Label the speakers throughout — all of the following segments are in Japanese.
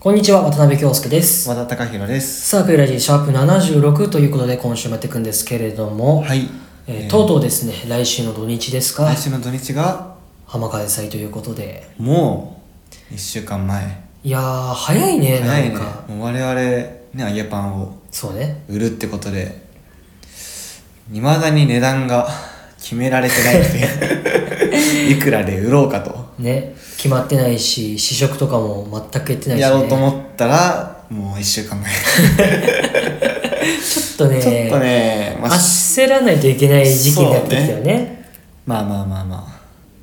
Speaker 1: こんにちは、渡辺京介です。
Speaker 2: 和田貴弘です。
Speaker 1: サークルラジーシャープ76ということで今週もやっていくんですけれども、
Speaker 2: はい。
Speaker 1: えーとうとうですね、来週の土日ですか
Speaker 2: 来、週の土日が、
Speaker 1: 浜開催ということで、
Speaker 2: もう、1週間前。
Speaker 1: いやー、早いね、
Speaker 2: 早いね。
Speaker 1: なんか。
Speaker 2: もう我々、ね、揚げパンを
Speaker 1: そうね。
Speaker 2: 売るってことで、未だに値段が決められてない ので、いくらで売ろうかと。
Speaker 1: ね、決まってないし、試食とかも全くやってないし、ね。
Speaker 2: やろうと思ったら、もう1週間前。
Speaker 1: ちょっとね、
Speaker 2: ちょっとね、まあ、
Speaker 1: 焦らないといけない時期になってきたよ
Speaker 2: そう
Speaker 1: ね。
Speaker 2: まあまあまあま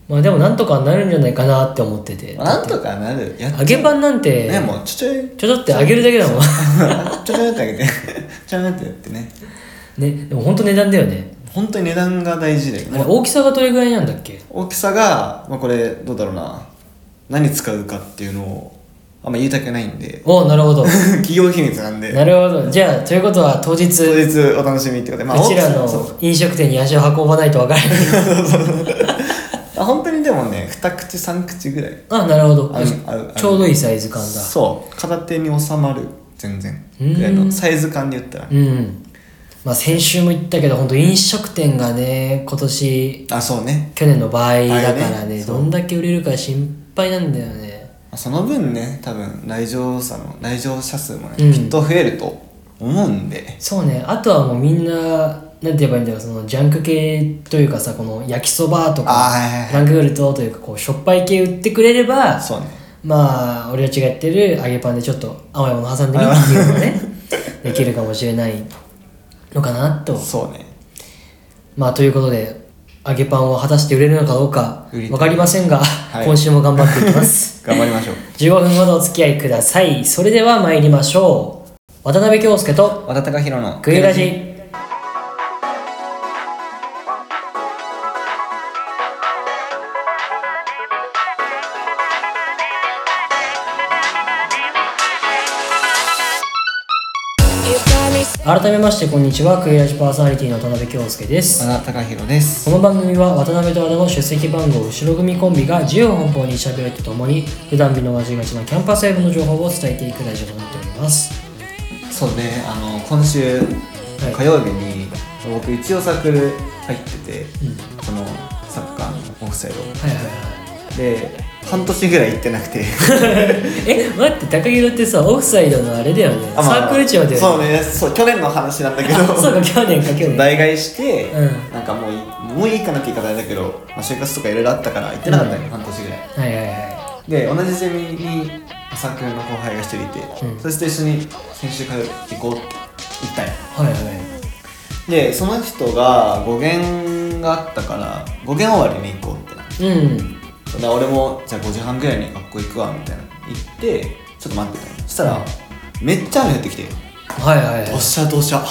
Speaker 1: まあでもなんとかなるんじゃないかなって思ってて
Speaker 2: あ。。なんとかなる。やっ
Speaker 1: 揚げパンなんて、
Speaker 2: ね、もうちょちょい、
Speaker 1: ちょちょって揚げるだけだもん。
Speaker 2: ちょちょいってあげて、 ちょちょいってやってね。
Speaker 1: ね、でも本当値段だよね。
Speaker 2: 本当に値段が大事だよ
Speaker 1: あれ
Speaker 2: ね
Speaker 1: 大きさがどれぐらいなんだっけ
Speaker 2: 大きさが、まあ、これどうだろうな何使うかっていうのをあんま言いたくないんで
Speaker 1: おなるほど
Speaker 2: 企業秘密なんで
Speaker 1: なるほどじゃあということは当日
Speaker 2: 当日お楽しみってことで、まあ、
Speaker 1: うちら
Speaker 2: 大きさそう
Speaker 1: の飲食店に足を運ばないと分からない
Speaker 2: あ本当にでもね二口三口ぐらい
Speaker 1: あなるほど
Speaker 2: あのあの
Speaker 1: ちょうどいいサイズ感だ
Speaker 2: そう片手に収まる全然
Speaker 1: うん
Speaker 2: ぐらいのサイズ感で言ったら
Speaker 1: うんまあ先週も言ったけど本当飲食店がね今年
Speaker 2: あそうね
Speaker 1: 去年の倍だから
Speaker 2: 倍
Speaker 1: ね
Speaker 2: ねそう
Speaker 1: どんだけ売れるか心配なんだよね
Speaker 2: その分ね多分来場者の来場者数もね、
Speaker 1: うん
Speaker 2: きっと増えると思うんで
Speaker 1: そうねあとはもうみんななんて言えばいいんだろうそのジャンク系というかさこの焼きそばと
Speaker 2: あ
Speaker 1: か
Speaker 2: ーはいはいはい
Speaker 1: ヤングルトというかこうしょっぱい系売ってくれれば
Speaker 2: そうね
Speaker 1: まあ俺たちがやってる揚げパンでちょっと甘いもの挟んでみるっていうのがね できるかもしれないのかなと
Speaker 2: そうね
Speaker 1: まあということで揚げパンを果たして売れるのかどうか
Speaker 2: 売りたい
Speaker 1: 分かりませんが、
Speaker 2: い
Speaker 1: 今週も頑張っていきます
Speaker 2: 頑張り ましょう
Speaker 1: 15分ほどお付き合いくださいそれでは参りましょう渡辺京介と
Speaker 2: 和田貴弘の
Speaker 1: グイラジ改めましてこんにちはクイラジパーソナリティの渡辺京介です
Speaker 2: 和田貴弘です
Speaker 1: この番組は渡辺と和田の出席番号後ろ組コンビが自由奔放にしゃべるとともに普段見逃しがちなキャンパスライブの情報を伝えていくラジオとなっております
Speaker 2: そうねあの今週
Speaker 1: い
Speaker 2: 火曜日に、僕一応サークル入ってて、そのサッカーのオフサイド
Speaker 1: はいはい
Speaker 2: で半年ぐらい行ってなく
Speaker 1: は
Speaker 2: て
Speaker 1: い え待って高木戸ってさオフサイドのあれだよね
Speaker 2: あまあ
Speaker 1: サークル長だよね
Speaker 2: そうねそう去年の話なんだけど
Speaker 1: あそうか去年か去年
Speaker 2: 代替して、
Speaker 1: う
Speaker 2: なんかもういもういいかなって言い方あれだけど、まあ、就活とかいろいろあったから行ってなかったね、半年ぐらい
Speaker 1: はいはいは
Speaker 2: で同じゼミにサークルの後輩が一人いて、
Speaker 1: うん
Speaker 2: そして一緒に先週火曜日行こうって行ったよ
Speaker 1: いはいはい
Speaker 2: でその人が語源があったから語源終わりに行こうってなって
Speaker 1: うん
Speaker 2: だから俺もじゃあ5時半ぐらいに学校行くわみたいな行ってちょっと待ってたよそしたらめっちゃ雨降ってきて
Speaker 1: はいはいはい
Speaker 2: どしゃどしゃ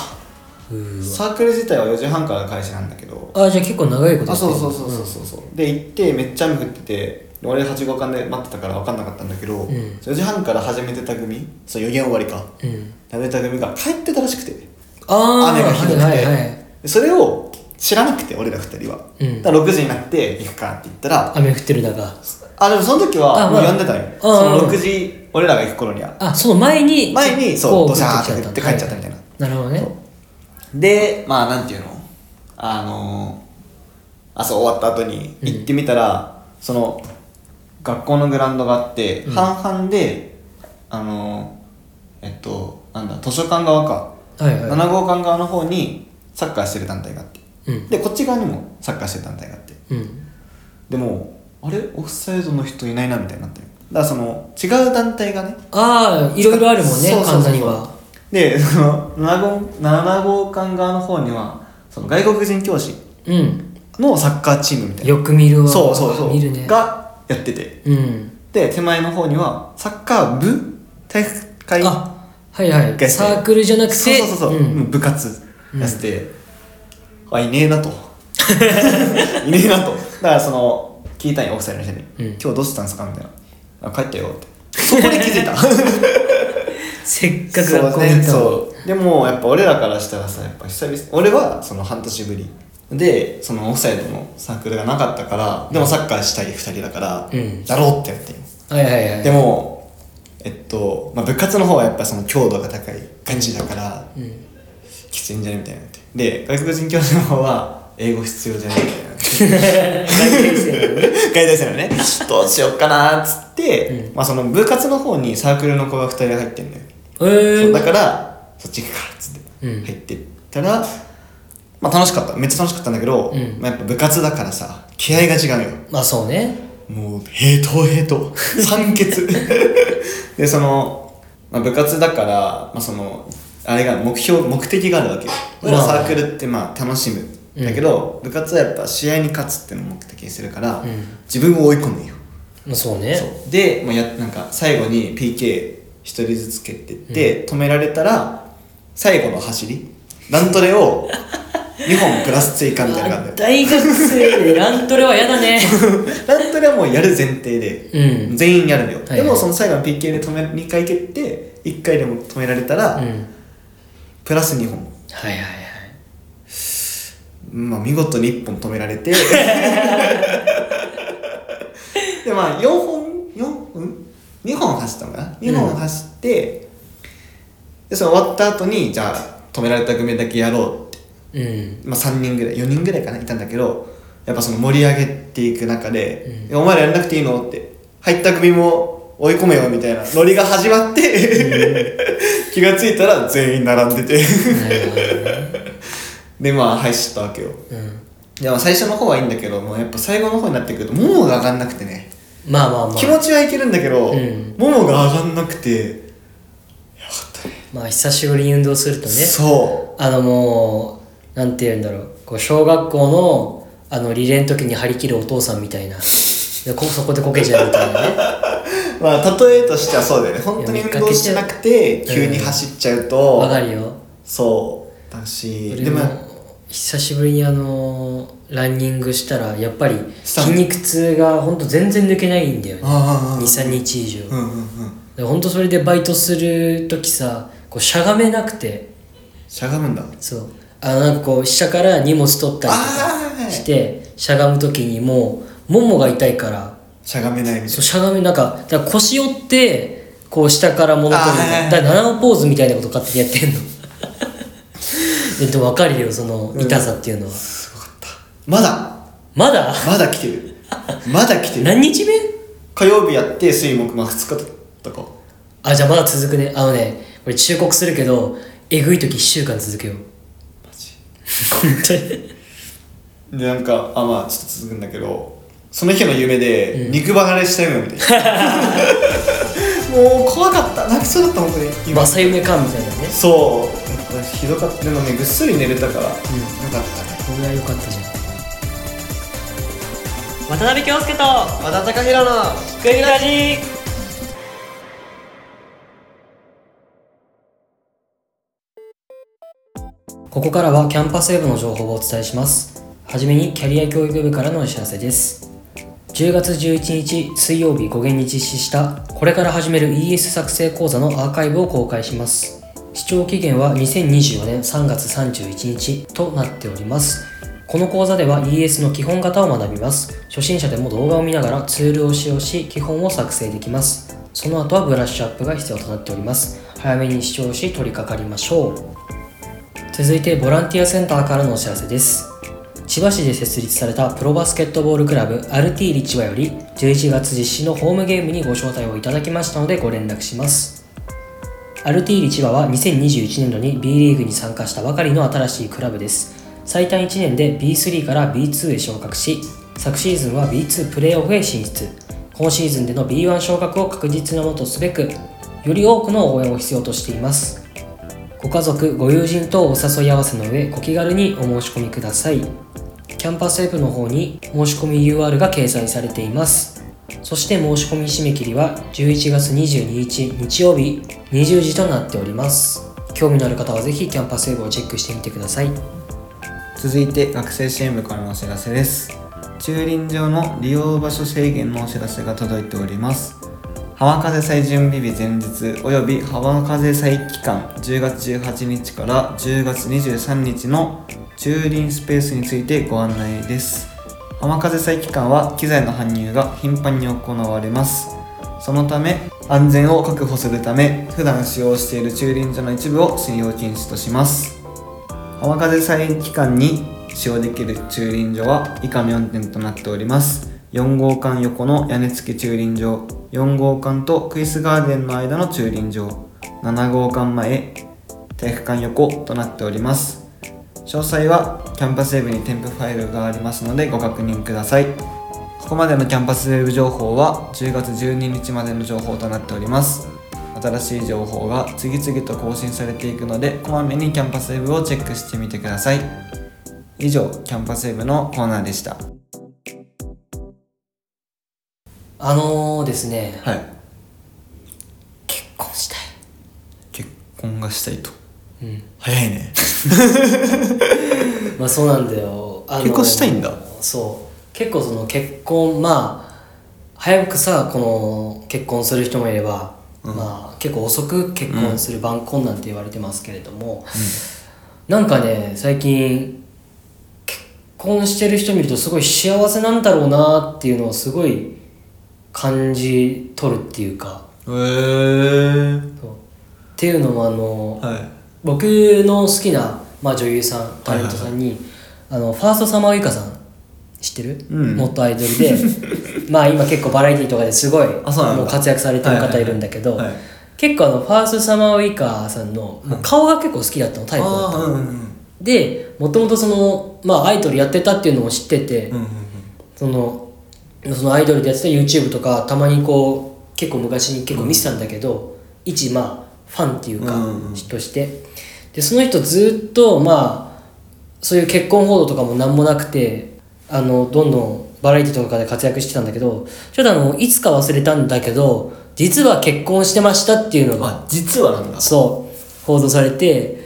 Speaker 1: うー
Speaker 2: サークル自体は4時半から開始なんだけど
Speaker 1: あじゃあ結構長いことやって
Speaker 2: あそ
Speaker 1: る
Speaker 2: うそうそうそうそうそうで行ってめっちゃ雨降っててで俺8号館で待ってたから分かんなかったんだけど、
Speaker 1: ん
Speaker 2: 4時半から始めてた組そう予言終わりか
Speaker 1: うん
Speaker 2: 食べた組が帰ってたらしくて
Speaker 1: ああ
Speaker 2: 雨がひどくて、
Speaker 1: はいはいはい
Speaker 2: それを知らなくて俺ら二人は、
Speaker 1: うん
Speaker 2: だから6時になって行くかって言ったら
Speaker 1: 雨降ってるだが
Speaker 2: あでもその時
Speaker 1: あ
Speaker 2: はも
Speaker 1: ま
Speaker 2: う
Speaker 1: だ
Speaker 2: 呼んでたよ、
Speaker 1: ん
Speaker 2: その6時俺らが行く頃には
Speaker 1: あその前に
Speaker 2: 前にそう
Speaker 1: こ
Speaker 2: ドシャーって
Speaker 1: グッと来
Speaker 2: 帰っちゃったみたいな
Speaker 1: はなるほどね
Speaker 2: でまあなんていうのあのー、朝終わった後に行ってみたら、その学校のグラウンドがあって、半々であのー、えっとなんだ図書館側か、
Speaker 1: はいはい
Speaker 2: 7号館側の方にサッカーしてる団体があって
Speaker 1: うん
Speaker 2: でこっち側にもサッカーしてる団体があって
Speaker 1: うん
Speaker 2: でもあれオフサイドの人いないなみたいになってるだからその違う団体がね
Speaker 1: ああいろいろあるもんね
Speaker 2: そうそうそう
Speaker 1: 神田には
Speaker 2: でその7号 ,7 号館側の方にはその外国人教師
Speaker 1: うん
Speaker 2: のサッカーチームみたいな
Speaker 1: よく見るわ
Speaker 2: そうそうそう
Speaker 1: 見るね
Speaker 2: がやってて
Speaker 1: うん
Speaker 2: で手前の方にはサッカー部体育会
Speaker 1: あはいはい
Speaker 2: て
Speaker 1: サークルじゃなくて
Speaker 2: そうそうそうそう、
Speaker 1: ん
Speaker 2: もう部活やってて、あいねえ なといねえなとだからその聞いたんよオフサイドの人に、
Speaker 1: うん
Speaker 2: 今日どうしたんですか?」みたいな「あ帰ったよ」 ってそこで気づいた
Speaker 1: せっかく学校に行ったのに
Speaker 2: そう,、そうでもやっぱ俺らからしたらさやっぱ久々俺はその半年ぶりでそのオフサイドのサークルがなかったからでもサッカーしたい2人だから、
Speaker 1: うん
Speaker 2: やろうってやってる
Speaker 1: はいはいはい
Speaker 2: でもえっと、まあ、部活の方はやっぱその強度が高いガチだから
Speaker 1: うん
Speaker 2: きついんじゃねみたいになってで外国人教師の方は英語必要じゃないみたいな 外大生のねどうしよっかなっつって、まあ、その部活の方にサークルの子が2人入ってんだよ
Speaker 1: え
Speaker 2: そうだ
Speaker 1: ー、
Speaker 2: からそっち行くかっつって
Speaker 1: うん
Speaker 2: 入ってったら、まあ楽しかっためっちゃ楽しかったんだけど、
Speaker 1: うん
Speaker 2: まあ、やっぱ部活だからさ気合が違うよ
Speaker 1: まあそうね
Speaker 2: もう平等 平等酸欠でその、まあ、部活だから、まあ、そのあれが目標目的があるわけよ
Speaker 1: うん
Speaker 2: 俺はサークルってまあ楽しむだけど、部活はやっぱ試合に勝つっていうのを目的にするから、
Speaker 1: うん
Speaker 2: 自分を追い込むよ
Speaker 1: まあそうね
Speaker 2: そうで、まあ、やなんか最後に PK1 人ずつ蹴ってって、止められたら最後の走りラントレを2本プラス追加みたいな
Speaker 1: あ
Speaker 2: 感じ
Speaker 1: 大学生でラントレは嫌だ ね
Speaker 2: ラントレはもうやる前提で、
Speaker 1: うん
Speaker 2: 全員やるのよ、
Speaker 1: はいはい
Speaker 2: でもその最後の PK で止め2回蹴って1回でも止められたら、
Speaker 1: うん
Speaker 2: プラス2本
Speaker 1: はいはいはい
Speaker 2: まあ見事に1本止められ てでまあ4本4うん2本走ったのかな2本走って、でその終わった後にじゃあ止められた組だけやろうって、
Speaker 1: うん
Speaker 2: まあ、3人ぐらい4人ぐらいかないたんだけどやっぱその盛り上げていく中で「えお前らやんなくていいの?」って入った組も追い込めよみたいなノリが始まって、 気がついたら全員並んでて
Speaker 1: なるほどね
Speaker 2: でまあ走ったわけよ
Speaker 1: うん
Speaker 2: いやまあ最初の方はいいんだけどもうやっぱ最後の方になってくるとももが上がんなくてね、
Speaker 1: まあまあま
Speaker 2: 気持
Speaker 1: あ
Speaker 2: ちはいけるんだけど、
Speaker 1: うん
Speaker 2: ももが上がんなくてやばかったね
Speaker 1: まあ久しぶりに運動するとね
Speaker 2: そ
Speaker 1: あのもうなんて言うんだろうこう小学校のあのリレーの時に張り切るお父さんみたいなでこそこでこけちゃうみたいなね
Speaker 2: うまあ例えとしてはそうだよね本当に運動してなくて
Speaker 1: 見かけちゃう
Speaker 2: 急に走っちゃうと、
Speaker 1: わかるよ
Speaker 2: そうだし
Speaker 1: 俺
Speaker 2: でも
Speaker 1: も久しぶりにあのランニングしたらやっぱり
Speaker 2: した
Speaker 1: 筋肉痛がほんと全然抜けないんだよね
Speaker 2: ああ
Speaker 1: 23日以上
Speaker 2: うんうんうん
Speaker 1: でほんとそれでバイトする時さこうしゃがめなくて
Speaker 2: しゃがむんだ
Speaker 1: そうあのなんかこう下から荷物取ったりと
Speaker 2: あ
Speaker 1: か
Speaker 2: ー
Speaker 1: してしゃがむ時にもうももが痛いから
Speaker 2: しゃがめないみたい
Speaker 1: そう
Speaker 2: な
Speaker 1: しゃがみなんかだから腰折ってこう下から物取るみたいなだ
Speaker 2: あー
Speaker 1: から七尾ポーズみたいなこと勝手にやってんの えっと分かるよその痛さっていうのは、
Speaker 2: すごかったまだ
Speaker 1: まだ
Speaker 2: まだ来てるまだ来てる
Speaker 1: 何日目
Speaker 2: 火曜日やって水木まあ2日とか
Speaker 1: あじゃあまだ続くねあのねこれ忠告するけどえぐい時1週間続けよう
Speaker 2: マジ
Speaker 1: 本当に
Speaker 2: でなんかあまあちょっと続くんだけどその日の夢で肉離れした夢を見て、 もう怖かった泣きそうだった本当に今
Speaker 1: 正夢かみたいなね
Speaker 2: そうやっぱひどかったでもねぐっすり寝れたから、よかったね
Speaker 1: これは良かったじゃん渡辺京介と
Speaker 2: 和田貴弘の
Speaker 1: クイラジここからはキャンパスウェブの情報をお伝えしますはじめにキャリア教育部からのお知らせです10月11日水曜日午前に実施したこれから始める ES 作成講座のアーカイブを公開します視聴期限は2024年3月31日となっておりますこの講座では ES の基本型を学びます初心者でも動画を見ながらツールを使用し基本を作成できますその後はブラッシュアップが必要となっております早めに視聴し取り掛かりましょう続いてボランティアセンターからのお知らせです千葉市で設立されたプロバスケットボールクラブ RT リ千葉より11月実施のホームゲームにご招待をいただきましたのでご連絡します RT リ千葉は2021年度に B リーグに参加したばかりの新しいクラブです最短1年で B3 から B2 へ昇格し昨シーズンは B2 プレーオフへ進出今シーズンでの B1 昇格を確実なものとすべくより多くの応援を必要としていますご家族ご友人とお誘い合わせの上ご気軽にお申し込みくださいキャンパスウェブの方に申し込み UR が掲載されていますそして申し込み締め切りは11月22日日曜日20時となっております興味のある方はぜひキャンパスウェブをチェックしてみてください
Speaker 2: 続いて学生支援部からのお知らせです駐輪場の利用場所制限のお知らせが届いております浜風祭準備日前日および浜風祭期間10月18日から10月23日の駐輪スペースについてご案内です浜風祭期間は機材の搬入が頻繁に行われますそのため安全を確保するため普段使用している駐輪場の一部を使用禁止とします浜風サイン期間に使用できる駐輪場は以下の4点となっております4号館横の屋根付き駐輪場4号館とクイスガーデンの間の駐輪場7号館前体育館横となっております詳細はキャンパスウェブに添付ファイルがありますのでご確認くださいここまでのキャンパスウェブ情報は10月12日までの情報となっております新しい情報が次々と更新されていくのでこまめにキャンパスウェブをチェックしてみてください以上キャンパスウェブのコーナーでした
Speaker 1: あのー、ですね
Speaker 2: はい
Speaker 1: 結婚したい
Speaker 2: 結婚がしたいと
Speaker 1: うん
Speaker 2: 早いね
Speaker 1: まあそうなんだよ、あの
Speaker 2: 結婚したいんだ
Speaker 1: そう結構その結婚まあ早くさこの結婚する人もいれば、まあ結構遅く結婚する晩婚なんて言われてますけれども、なんかね最近結婚してる人見るとすごい幸せなんだろうなっていうのをすごい感じ取るっていうか
Speaker 2: へえー、
Speaker 1: そうっていうのもあの
Speaker 2: はい
Speaker 1: 僕の好きな、まあ、女優さんタレントさんに、あのファーストサマーウイカさん知ってる、
Speaker 2: うん
Speaker 1: 元アイドルで まあ今結構バラエティーとかですごい
Speaker 2: あそうなんだ
Speaker 1: もう活躍されてる方いるんだけど、
Speaker 2: はいはいはい
Speaker 1: 結構あのファーストサマーウイカさんのもう顔が結構好きだったのタイプだった
Speaker 2: あ
Speaker 1: の
Speaker 2: あうんうんうん
Speaker 1: でもともとその、まあ、アイドルやってたっていうのも知ってて、
Speaker 2: うんうん
Speaker 1: そのそのアイドルでやってた YouTube とかたまにこう結構昔に結構見てたんだけど、一まあファンっていうか、
Speaker 2: うんうん
Speaker 1: としてでその人ずっとまあそういう結婚報道とかも何もなくてあのどんどんバラエティとかで活躍してたんだけどちょっとあのいつか忘れたんだけど実は結婚してましたっていうのが
Speaker 2: あ実はなんだ
Speaker 1: そう報道されて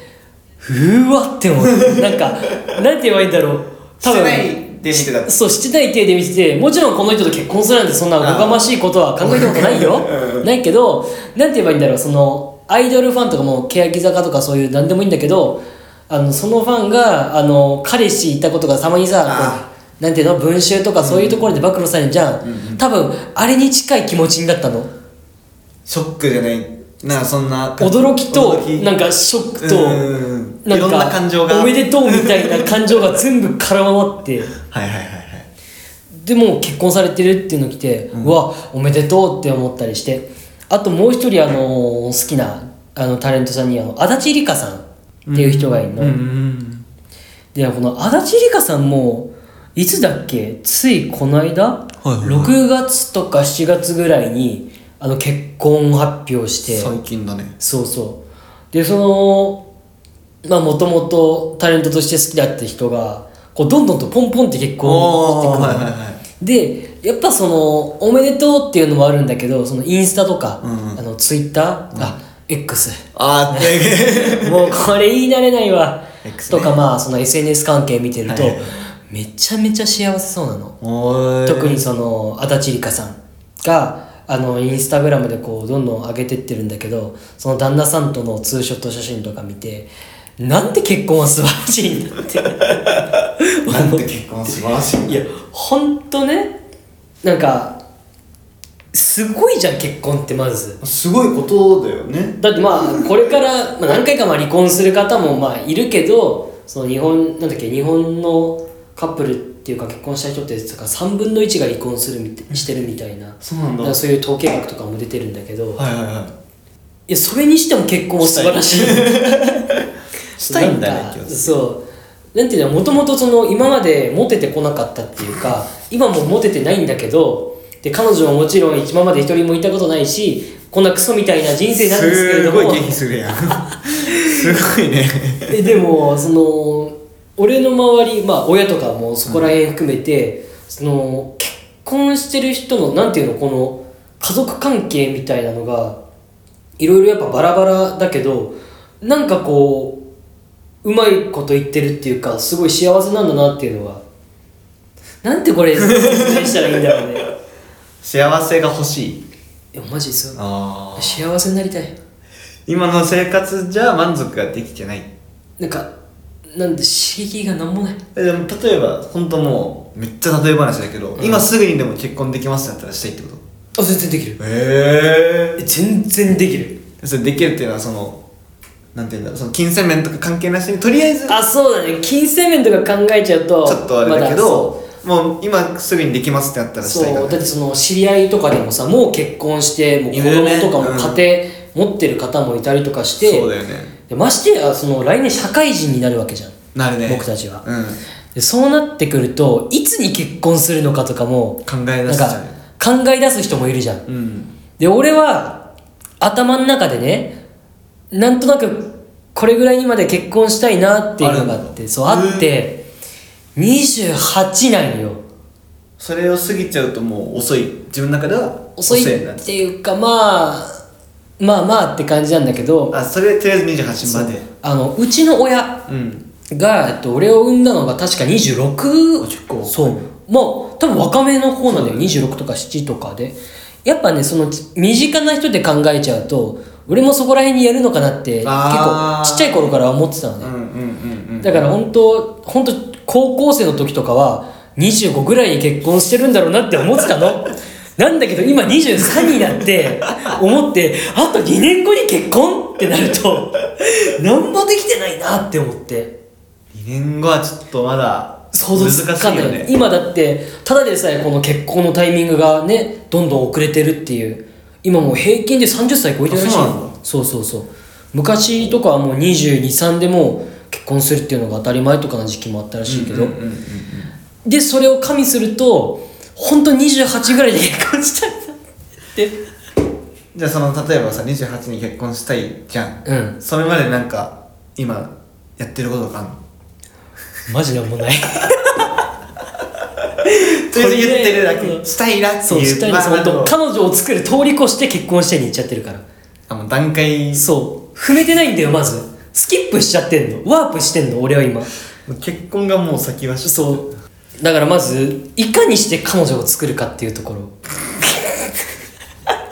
Speaker 1: うーわって思ってなんかなんて言えばいいんだろう
Speaker 2: してないでしてた
Speaker 1: そうしてない体で見ててもちろんこの人と結婚するなんてそんなおこがましいことは考えたことないよ
Speaker 2: うん
Speaker 1: ないけどなんて言えばいいんだろうそのアイドルファンとかも欅坂とかそういう何でもいいんだけどあのそのファンがあの彼氏いたことがたまにさ
Speaker 2: あ
Speaker 1: こうなんていうの文集とかそういうところで暴露されるじゃん、多分あれに近い気持ちになったの
Speaker 2: ショックじゃないなんかそんな
Speaker 1: 驚きと
Speaker 2: 驚き
Speaker 1: なんかショックと
Speaker 2: うん
Speaker 1: なん
Speaker 2: いろんな感情が
Speaker 1: おめでとうみたいな感情が全部絡まって
Speaker 2: はいはいはいはい
Speaker 1: でもう結婚されてるっていうの来て、うわおめでとうって思ったりしてあともう一人あの好きなあのタレントさんにあの足立梨花さんっていう人がいるの、
Speaker 2: うんうん
Speaker 1: でこの足立梨花さんもいつだっけついこの間、
Speaker 2: いはいはい
Speaker 1: 6月とか7月ぐらいにあの結婚発表して
Speaker 2: 最近だね
Speaker 1: そうそうでそのまあもともとタレントとして好きだった人がこうどんどんとポンポンって結婚してく
Speaker 2: お
Speaker 1: るの
Speaker 2: ーはいはいはい
Speaker 1: でやっぱその「おめでとう」っていうのもあるんだけどそのインスタとか、
Speaker 2: うんうん
Speaker 1: あのツイッター、あ X
Speaker 2: あーって
Speaker 1: もうこれ言い慣れないわ
Speaker 2: X
Speaker 1: と
Speaker 2: ね
Speaker 1: かまあその SNS 関係見てると、
Speaker 2: はいはい
Speaker 1: めちゃめちゃ幸せそうなの。
Speaker 2: おーい
Speaker 1: 特にその足立梨花さんがあのインスタグラムでこうどんどん上げてってるんだけどその旦那さんとのツーショット写真とか見てなんて結婚は素晴らしいんだって
Speaker 2: なんて結婚素晴らしい
Speaker 1: いやほんとねなんかすごいじゃん結婚ってまず
Speaker 2: すごいことだよね
Speaker 1: だってまあこれから、まあ、何回かまあ離婚する方もまあいるけどその日本なんだっけ日本のカップルっていうか結婚した人ってさ3分の1が離婚するみたいしてるみたいな
Speaker 2: そうなん
Speaker 1: だからそういう統計学とかも出てるんだけど、い、
Speaker 2: はいはいは
Speaker 1: やそれにしても結婚は素晴らしい
Speaker 2: いしたいんだ
Speaker 1: な
Speaker 2: ね
Speaker 1: か
Speaker 2: 今日
Speaker 1: そうなんていうのもともとその今までモテてこなかったっていうか今もモテてないんだけどで彼女ももちろん今まで一人もいたことないしこんなクソみたいな人生なんですけれ
Speaker 2: す
Speaker 1: ども
Speaker 2: ごい激するやん すごいね
Speaker 1: えでもその俺の周りまあ親とかもそこら辺含めて、その結婚してる人のなんていうのこの家族関係みたいなのがいろいろやっぱバラバラだけどなんかこううまいこと言ってるっていうかすごい幸せなんだなっていうのがなんてこれ説明したらいいんだろうね
Speaker 2: 幸せが欲しい
Speaker 1: いやマジそう
Speaker 2: あー
Speaker 1: 幸せになりたい
Speaker 2: 今の生活じゃ満足ができてない
Speaker 1: なんかなんで刺激がなんもない
Speaker 2: えでも例えば本当もうめっちゃ例え話だけど、今すぐにでも結婚できますってなったらしたいってこと
Speaker 3: あ全然できる
Speaker 2: え
Speaker 3: え全然できる
Speaker 2: えそれできるっていうのはそのなんていうんだろうその金銭面とか関係なしにとりあえずち
Speaker 1: あそうだね金銭面とか考えちゃうと
Speaker 2: ょっとあれだけ
Speaker 1: ま
Speaker 2: ど、もう今すぐにできますってなったら
Speaker 1: だ
Speaker 2: し
Speaker 1: そう
Speaker 2: たいか
Speaker 1: そ
Speaker 2: ら
Speaker 1: うだっ
Speaker 2: ね
Speaker 1: てその知り合いとかでもさもう結婚してもう子
Speaker 2: いるね
Speaker 1: 供とかも家庭持ってる方もいたりとかして、
Speaker 2: そうだよね
Speaker 1: でましてやその来年社会人になるわけじゃん
Speaker 2: なるね
Speaker 1: 僕たちは
Speaker 2: うん
Speaker 1: でそうなってくるといつに結婚するのかとかも
Speaker 2: 考え出
Speaker 1: なん
Speaker 2: しち
Speaker 1: か
Speaker 2: ゃうよ
Speaker 1: 考え出す人もいるじゃん
Speaker 2: うん
Speaker 1: で俺は頭の中でねなんとなくこれぐらいにまで結婚したいなっていうのがあって
Speaker 2: あるんだ
Speaker 1: そうあって28なのよ
Speaker 2: それを過ぎちゃうともう遅い自分の中では
Speaker 1: 遅い
Speaker 2: な
Speaker 1: っていうかまあまあまあって感じなんだけど
Speaker 2: あそれとりあえず28まで
Speaker 1: あのうちの親
Speaker 2: うん
Speaker 1: が、えっと、俺を産んだのが確か26
Speaker 2: あ結構
Speaker 1: そうもう多分若めの方なんだよ26とか7とかでやっぱねそのち身近な人で考えちゃうと俺もそこら辺にやるのかなって結構
Speaker 2: あー
Speaker 1: ちっちゃい頃から思ってたの
Speaker 2: う
Speaker 1: ね
Speaker 2: んうんうんうん
Speaker 1: だから本当本当高校生の時とかは25ぐらいに結婚してるんだろうなって思ってた のなんだけど今23になって思ってあと2年後に結婚ってなるとなんもできてないなって思って
Speaker 2: 2年後はちょっとまだ
Speaker 1: 想像つか
Speaker 2: 難
Speaker 1: ない
Speaker 2: しいよね
Speaker 1: 今だってただでさえこの結婚のタイミングがねどんどん遅れてるっていう今もう平均で30歳超えてるらしい
Speaker 2: あそうなんだ
Speaker 1: そうそうそう昔とかはもう223でもう結婚するっていうのが当たり前とかの時期もあったらしいけど、
Speaker 2: うんうんうんうん
Speaker 1: でそれを加味すると本当28ぐらいで結婚したいなって
Speaker 2: じゃあその例えばさ28に結婚したいじゃん、
Speaker 1: うん
Speaker 2: それまでなんか今やってることとかあんの
Speaker 1: マジでもない
Speaker 2: とりあえず言ってるだ
Speaker 1: そう
Speaker 2: けしたいなっていう
Speaker 1: そうしたいで
Speaker 2: まあ
Speaker 1: す本
Speaker 2: ま
Speaker 1: 当
Speaker 2: あ
Speaker 1: 彼女を作る通り越して結婚したいに行っちゃってるから
Speaker 2: あもう段階
Speaker 1: そう踏めてないんだよまずスキップしちゃってんのワープしてんの俺は今
Speaker 2: 結婚がもう先はし
Speaker 1: そうだからまずいかにして彼女を作るかっていうところ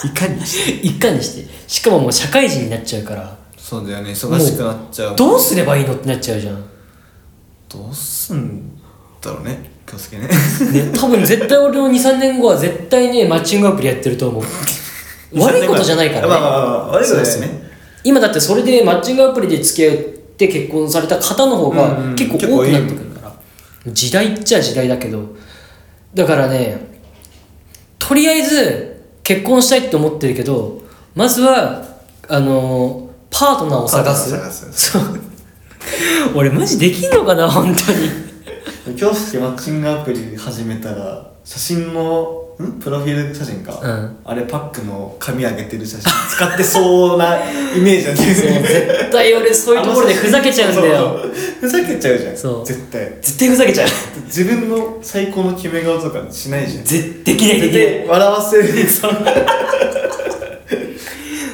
Speaker 2: いかにして
Speaker 1: いかにしてしかももう社会人になっちゃうから
Speaker 2: そうだよね忙しくなっちゃう
Speaker 1: どうすればいいのってなっちゃうじゃん、ね、
Speaker 2: どうすんだろうね京介ね
Speaker 1: 多分絶対俺の23年後は絶対ねマッチングアプリやってると思う悪いことじゃないからね、
Speaker 2: まあまあまあまあ悪いことです
Speaker 1: そうそ
Speaker 2: ね
Speaker 1: 今だってそれでマッチングアプリで付き合って結婚された方の方が
Speaker 2: うんうん
Speaker 1: 結構多くなってくるから、時代っちゃ時代だけどだからねとりあえず結婚したいって思ってるけどまずはあのパートナーを探す
Speaker 2: パートナーを探す
Speaker 1: そう 俺マジできんのかな本当に
Speaker 2: 京介マッチングアプリ始めたら写真のんプロフィール写真か、
Speaker 1: うん
Speaker 2: あれパックの髪上げてる写真使ってそうな イメージなんです
Speaker 1: そう絶対俺そういうところでふざけちゃうんだよ
Speaker 2: そうふざけちゃうじゃん
Speaker 1: そう
Speaker 2: 絶対
Speaker 1: 絶対ふざけちゃう
Speaker 2: 自分の最高の決め顔とかしないじゃん
Speaker 1: 絶対できないで
Speaker 2: 絶
Speaker 1: きない
Speaker 2: 対笑わ せる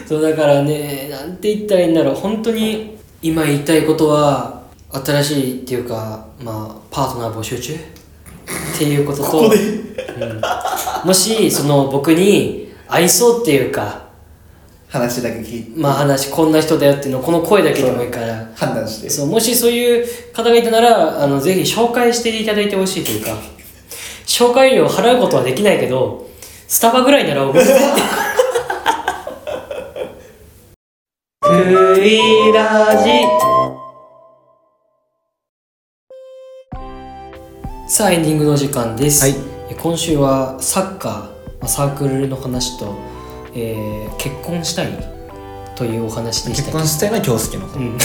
Speaker 1: そうだからねなんて言ったらいいんだろう本当に今言いたいことは新しいっていうかまあパートナー募集中っていうことと
Speaker 2: ここで
Speaker 1: もしその僕に合いそうっていうか
Speaker 2: 話だけ聞いて
Speaker 1: まあ話こんな人だよっていうのをこの声だけでもいいから
Speaker 2: 判断して
Speaker 1: そうもしそういう方がいたならあのぜひ紹介していただいてほしいというか紹介料を払うことはできないけどスタバぐらいならおごるぜっていラジさあエンディングの時間です、
Speaker 2: はい
Speaker 1: え今週はサッカーまあサークルの話と、えー結婚したいというお話でしたけ
Speaker 2: 結
Speaker 1: ど
Speaker 2: 婚したいのは京介の
Speaker 1: う
Speaker 2: 方
Speaker 1: ん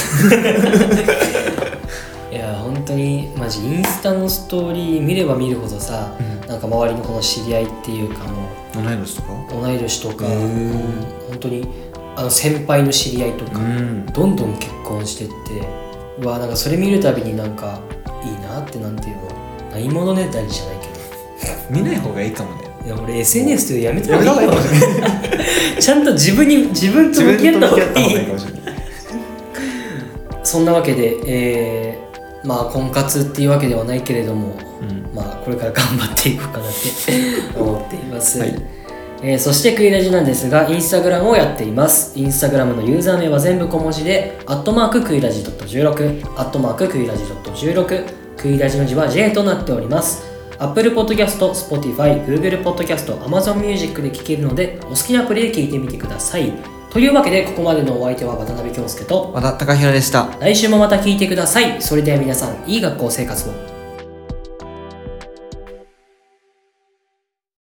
Speaker 1: いや本当にマジインスタのストーリー見れば見るほどさ、なんか周りのこの知り合いっていうかあ
Speaker 2: 同い年とか
Speaker 1: の同い年とか、
Speaker 2: へー
Speaker 1: うん本当にあの先輩の知り合いとか、
Speaker 2: ん
Speaker 1: どんどん結婚してってわあなんかそれ見るたびになんかいいなってなんていうのないものねだりじゃないけ
Speaker 2: 見ない方がいいかもね
Speaker 1: どいや俺 SNS というやめた
Speaker 2: やめ
Speaker 1: 方
Speaker 2: た
Speaker 1: が
Speaker 2: 方
Speaker 1: いい
Speaker 2: がいい
Speaker 1: よ
Speaker 2: かもね
Speaker 1: ちゃんと自分に自分と
Speaker 2: 自
Speaker 1: 向き合っ
Speaker 2: 分と
Speaker 1: た
Speaker 2: 向
Speaker 1: 方
Speaker 2: き合った
Speaker 1: が
Speaker 2: 方
Speaker 1: い
Speaker 2: がいい
Speaker 1: い
Speaker 2: かもしれない
Speaker 1: そんなわけで、えーまあ婚活っていうわけではないけれども、まあこれから頑張っていこうかなって思ってい ます、
Speaker 2: はい
Speaker 1: えーそしてクイラジなんですがインスタグラムをやっていますインスタグラムのユーザー名は全部小文字でアットマーククイラジ .16 アットマーククイラジ .16 クイラジの字は J となっております Apple Podcast、Spotify、Google Podcast、Amazon Music で聴けるので、お好きなアプリで聴いてみてください。というわけで、ここまでのお相手は渡辺京介と、
Speaker 2: 和田貴弘でした
Speaker 1: 来週もまた聞いてください。それでは皆さん、いい学校生活を。